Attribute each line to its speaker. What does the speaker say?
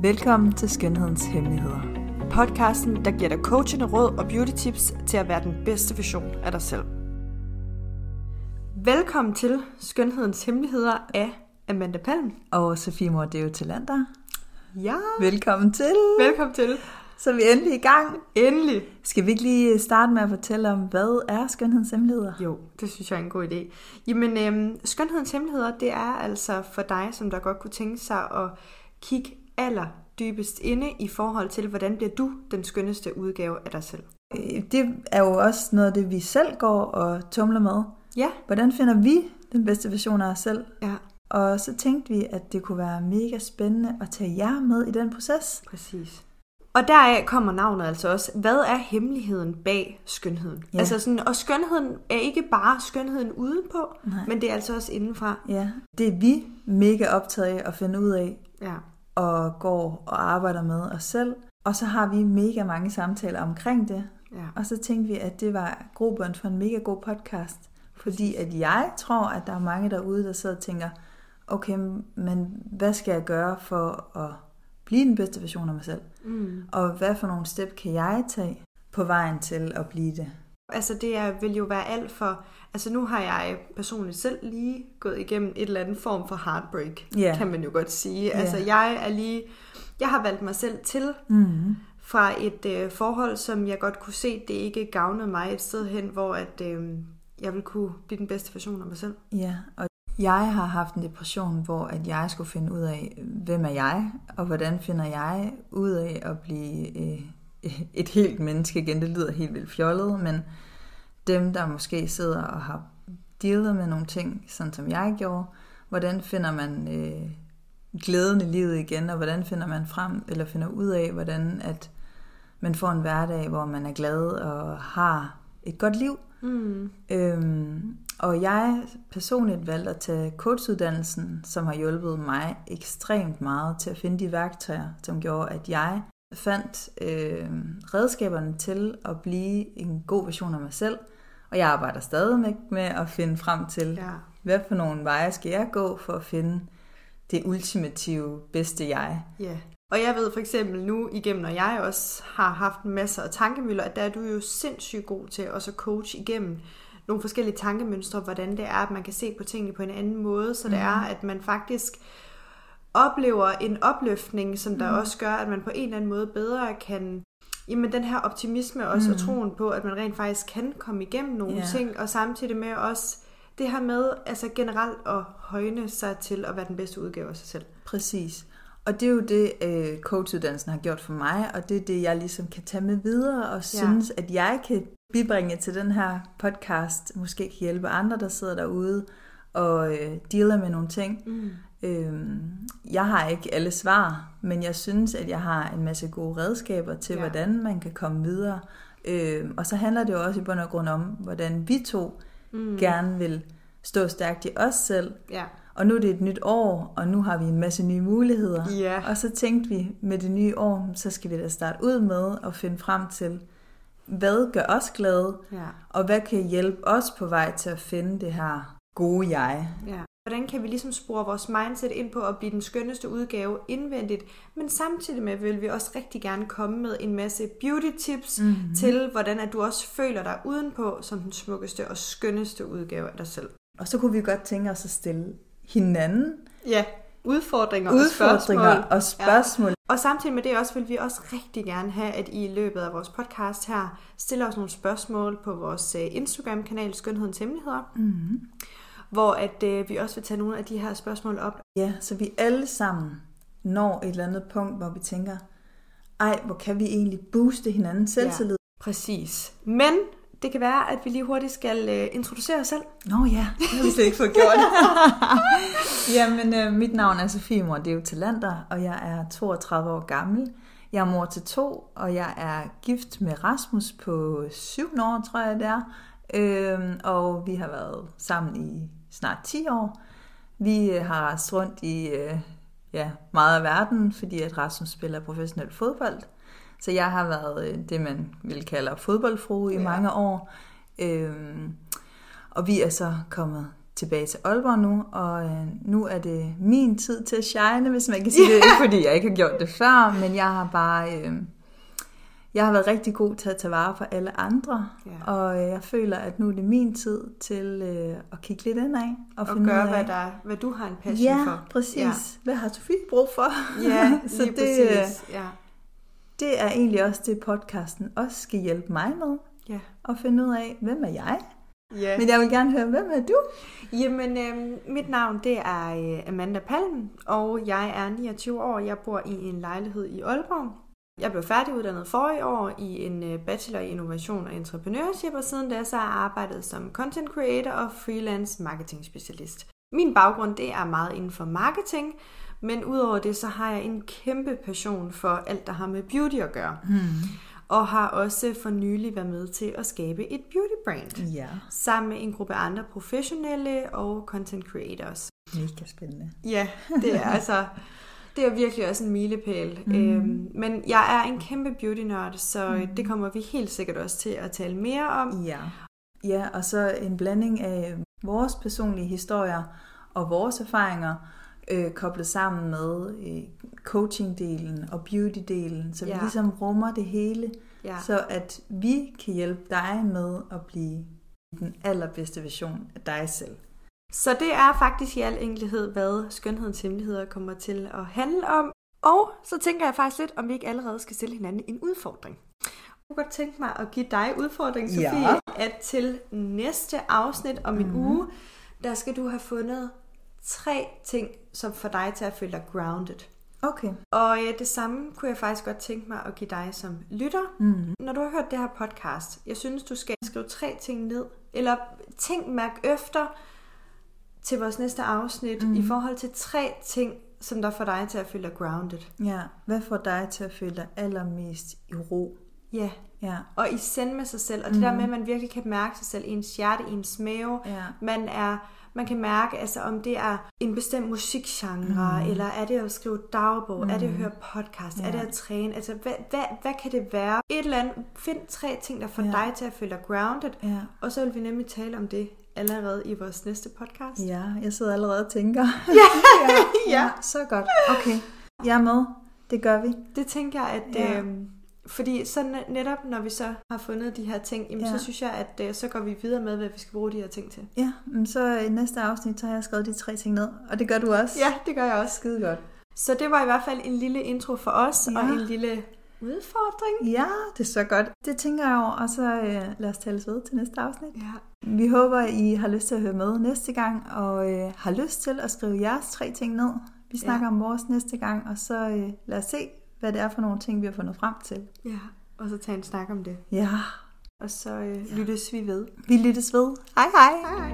Speaker 1: Velkommen til Skønhedens Hemmeligheder. Podcasten, der giver dig coachende råd og beauty tips til at være den bedste version af dig selv. Velkommen til Skønhedens Hemmeligheder af Amanda Palm.
Speaker 2: Og Sofie Mordeo til Lander.
Speaker 1: Ja,
Speaker 2: Velkommen til.
Speaker 1: velkommen til.
Speaker 2: Så er vi endelig i gang.
Speaker 1: Endelig.
Speaker 2: Skal vi ikke lige starte med at fortælle om, hvad er skønhedshemmeligheder?
Speaker 1: Jo, det synes jeg er en god idé. Jamen, øhm, skønhedens hemmeligheder, det er altså for dig, som der godt kunne tænke sig at kigge aller dybest inde i forhold til, hvordan bliver du den skønneste udgave af dig selv.
Speaker 2: Øh, Det er jo også noget af det, vi selv går og tumler med.
Speaker 1: Ja,
Speaker 2: Hvordan finder vi den bedste version af os selv?
Speaker 1: ja,
Speaker 2: Og så tænkte vi, at det kunne være mega spændende at tage jer med i den proces.
Speaker 1: præcis. Og deraf kommer navnet altså også. Hvad er hemmeligheden bag skønheden? Ja.
Speaker 2: Ja.
Speaker 1: Altså sådan, og skønheden er ikke bare skønheden udenpå,
Speaker 2: Nej.
Speaker 1: men det er altså også indenfra.
Speaker 2: Ja, det er vi mega optaget af at finde ud af,
Speaker 1: Ja,
Speaker 2: og går og arbejder med os selv. Og så har vi mega mange samtaler omkring det.
Speaker 1: ja.
Speaker 2: Og så tænkte vi, at det var grobund for en mega god podcast. Fordi at jeg tror, at der er mange derude, der sidder og tænker, okay, men hvad skal jeg gøre for at blive den bedste version af mig selv?
Speaker 1: Mm.
Speaker 2: Og hvad for nogle step kan jeg tage på vejen til at blive det?
Speaker 1: Altså det er, vil jo være alt for... Altså nu har jeg personligt selv lige gået igennem et eller andet form for heartbreak,
Speaker 2: Ja.
Speaker 1: kan man jo godt sige.
Speaker 2: Ja.
Speaker 1: Altså jeg er lige... Jeg har valgt mig selv til
Speaker 2: Mm-hmm.
Speaker 1: fra et øh, forhold, som jeg godt kunne se, det ikke gavnede mig et sted hen, hvor at, øh, jeg ville kunne blive den bedste version af mig selv.
Speaker 2: Ja, og jeg har haft en depression, hvor at jeg skulle finde ud af, hvem er jeg, og hvordan finder jeg ud af at blive øh, et helt menneske igen. Det lyder helt vildt fjollet, men dem, der måske sidder og har dealet med nogle ting, sådan som jeg gjorde, hvordan finder man øh, glæden i livet igen, og hvordan finder man frem, eller finder ud af, hvordan at man får en hverdag, hvor man er glad og har et godt liv.
Speaker 1: Mm.
Speaker 2: Øhm, og jeg personligt valgte at tage coachuddannelsen, som har hjulpet mig ekstremt meget til at finde de værktøjer, som gjorde, at jeg fandt øh, redskaberne til at blive en god version af mig selv. Og jeg arbejder stadig med, med at finde frem til, ja.
Speaker 1: Ja.
Speaker 2: hvad for nogle veje skal jeg gå for at finde det ultimative bedste jeg.
Speaker 1: Ja. Og jeg ved for eksempel nu igennem, når jeg også har haft masser af tankemøller, at der er du jo sindssygt god til også at coach igennem nogle forskellige tankemønstre, hvordan det er, at man kan se på tingene på en anden måde, så det er, at man faktisk oplever en opløftning, som der også gør, at man på en eller anden måde bedre kan Jamen den her optimisme også, mm. og troen på, at man rent faktisk kan komme igennem nogle
Speaker 2: Ja.
Speaker 1: ting, og samtidig med også det her med altså generelt at højne sig til at være den bedste udgave af sig selv.
Speaker 2: Præcis. Og det er jo det, øh, coachuddannelsen har gjort for mig, og det er det, jeg ligesom kan tage med videre og synes, at jeg kan bibringe til den her podcast. Måske kan hjælpe andre, der sidder derude og øh, dealer med nogle ting. Mm. Øhm, jeg har ikke alle svar, men jeg synes, at jeg har en masse gode redskaber til,
Speaker 1: Ja.
Speaker 2: ja. hvordan man kan komme videre. Øhm, og så handler det jo også i bund og grund om, hvordan vi to mm. gerne vil stå stærkt i os selv,
Speaker 1: Ja.
Speaker 2: og nu er det et nyt år, og nu har vi en masse nye muligheder.
Speaker 1: Ja.
Speaker 2: Og så tænkte vi, med det nye år, så skal vi da starte ud med at finde frem til, hvad gør os glade,
Speaker 1: Ja,
Speaker 2: og hvad kan hjælpe os på vej til at finde det her gode jeg.
Speaker 1: ja. Hvordan kan vi ligesom spore vores mindset ind på at blive den skønneste udgave indvendigt, men samtidig med vil vi også rigtig gerne komme med en masse beauty tips mm-hmm. til, hvordan at du også føler dig udenpå som den smukkeste og skønneste udgave af dig selv.
Speaker 2: Og så kunne vi godt tænke os at stille hinanden
Speaker 1: Ja, udfordringer,
Speaker 2: udfordringer og spørgsmål.
Speaker 1: Og samtidig med det også vil vi også rigtig gerne have, at I i løbet af vores podcast her stiller os nogle spørgsmål på vores øh, Instagram-kanal Skønhedens Hemmeligheder, mm-hmm. hvor at øh, vi også vil tage nogle af de her spørgsmål op.
Speaker 2: Ja. ja, så vi alle sammen når et eller andet punkt, hvor vi tænker, ej, hvor kan vi egentlig booste hinandens selvtillid?
Speaker 1: Præcis. Men det kan være, at vi lige hurtigt skal øh, introducere os selv.
Speaker 2: Nå ja, det har vi slet ikke fået gjort. Jamen, øh, mit navn er Sofie Mor, det er jo Talander, og jeg er 32 år gammel. Jeg er mor til to, og jeg er gift med Rasmus på 7 år, tror jeg det er. Øhm, og vi har været sammen i snart 10 år. Vi øh, har rejst rundt i øh, ja, meget af verden, fordi at Rasmus spiller professionel fodbold. Så jeg har været øh, det, man vil kalde fodboldfrue i
Speaker 1: Ja.
Speaker 2: mange år. Øhm, og vi er så kommet tilbage til Aalborg nu, og øh, nu er det min tid til at shine, hvis man kan sige yeah. det. Ikke fordi jeg ikke har gjort det før, men jeg har bare... Øh, jeg har været rigtig god til at tage vare på alle andre,
Speaker 1: Ja.
Speaker 2: og øh, jeg føler, at nu er det min tid til øh, at kigge lidt indad og,
Speaker 1: Og
Speaker 2: finde
Speaker 1: gøre,
Speaker 2: ud af,
Speaker 1: hvad, der, hvad du har en passion
Speaker 2: Ja,
Speaker 1: for.
Speaker 2: præcis.
Speaker 1: Ja.
Speaker 2: Ja. Hvad har Sofie brug for?
Speaker 1: Ja,
Speaker 2: så
Speaker 1: lige
Speaker 2: det, øh,
Speaker 1: præcis. Ja.
Speaker 2: det er egentlig også det, podcasten også skal hjælpe mig med.
Speaker 1: Ja.
Speaker 2: At finde ud af, hvem er jeg?
Speaker 1: Ja.
Speaker 2: Men jeg vil gerne høre, hvem er du?
Speaker 1: Jamen, øh, mit navn det er øh, Amanda Palm, og jeg er 29 år. Jeg bor i en lejlighed i Aalborg. Jeg blev færdiguddannet forrige år i en øh, bachelor i innovation og entrepreneurship, og siden da så har jeg arbejdet som content creator og freelance marketing specialist. Min baggrund det er meget inden for marketing, men udover det så har jeg en kæmpe passion for alt, der har med beauty at gøre. Hmm. Og har også for nylig været med til at skabe et beauty brand
Speaker 2: Ja,
Speaker 1: sammen med en gruppe andre professionelle og content creators.
Speaker 2: mega spændende.
Speaker 1: Ja, det er altså det er virkelig også en milepæl. Mm. Øhm, men jeg er en kæmpe beauty-nørd, så mm. det kommer vi helt sikkert også til at tale mere om.
Speaker 2: Ja. Ja, og så en blanding af øh, vores personlige historier og vores erfaringer øh, koblet sammen med øh, coaching-delen og beauty-delen, så vi
Speaker 1: Ja.
Speaker 2: ja. ligesom rummer det hele,
Speaker 1: Ja.
Speaker 2: ja. så at vi kan hjælpe dig med at blive den allerbedste version af dig selv.
Speaker 1: Så det er faktisk i al enkelhed, hvad skønhedens hemmeligheder kommer til at handle om. Og så tænker jeg faktisk lidt, om vi ikke allerede skal stille hinanden en udfordring. Jeg kunne godt tænke mig at give dig udfordring, Sofie,
Speaker 2: Ja.
Speaker 1: ja. at til næste afsnit om en mm. uge, der skal du have fundet tre ting, som får dig til at føle dig grounded.
Speaker 2: Okay.
Speaker 1: Og øh, det samme kunne jeg faktisk godt tænke mig at give dig som lytter.
Speaker 2: Mm.
Speaker 1: Når du har hørt det her podcast, jeg synes, du skal skrive tre ting ned, eller ting mærk efter til vores næste afsnit, mm. i forhold til tre ting, som der får dig til at føle dig grounded.
Speaker 2: Ja, hvad får dig til at føle dig allermest i ro?
Speaker 1: Ja,
Speaker 2: Ja,
Speaker 1: og i send med sig selv, og det mm. der med, at man virkelig kan mærke sig selv i ens hjerte, i ens mave,
Speaker 2: Ja.
Speaker 1: man er... Man kan mærke, altså, om det er en bestemt musikgenre, mm. eller er det at skrive dagbog, mm. er det at høre podcast, ja. er det at træne, altså hvad, hvad, hvad kan det være? Et eller andet, find tre ting, der får ja.
Speaker 2: Ja.
Speaker 1: dig til at føle dig grounded,
Speaker 2: ja.
Speaker 1: Og så vil vi nemlig tale om det allerede i vores næste podcast.
Speaker 2: Ja, jeg sidder allerede og tænker.
Speaker 1: ja.
Speaker 2: så godt. Okay, jeg er med. Det gør vi.
Speaker 1: Det tænker jeg, at... Ja.
Speaker 2: Ja.
Speaker 1: Øhm, fordi så ne- netop, når vi så har fundet de her ting, jamen, ja.
Speaker 2: Ja.
Speaker 1: så synes jeg, at øh, så går vi videre med, hvad vi skal bruge de her ting til.
Speaker 2: Ja, men så i næste afsnit, så har jeg skrevet de tre ting ned. Og det gør du også.
Speaker 1: Ja, det gør jeg også.
Speaker 2: skide godt.
Speaker 1: Så det var i hvert fald en lille intro for os, ja.
Speaker 2: Ja.
Speaker 1: og en lille udfordring.
Speaker 2: Ja, det er så godt. Det tænker jeg over, og så øh, lad os tales ved til næste afsnit.
Speaker 1: Ja.
Speaker 2: Vi håber, I har lyst til at høre med næste gang, og øh, har lyst til at skrive jeres tre ting ned. Vi snakker ja. om vores næste gang, og så øh, lad os se, hvad det er for nogle ting, vi har fundet frem til.
Speaker 1: ja. Og så tage en snak om det.
Speaker 2: Ja,
Speaker 1: Og så øh, lyttes vi ved.
Speaker 2: vi lyttes ved. Hej hej!
Speaker 1: Hej.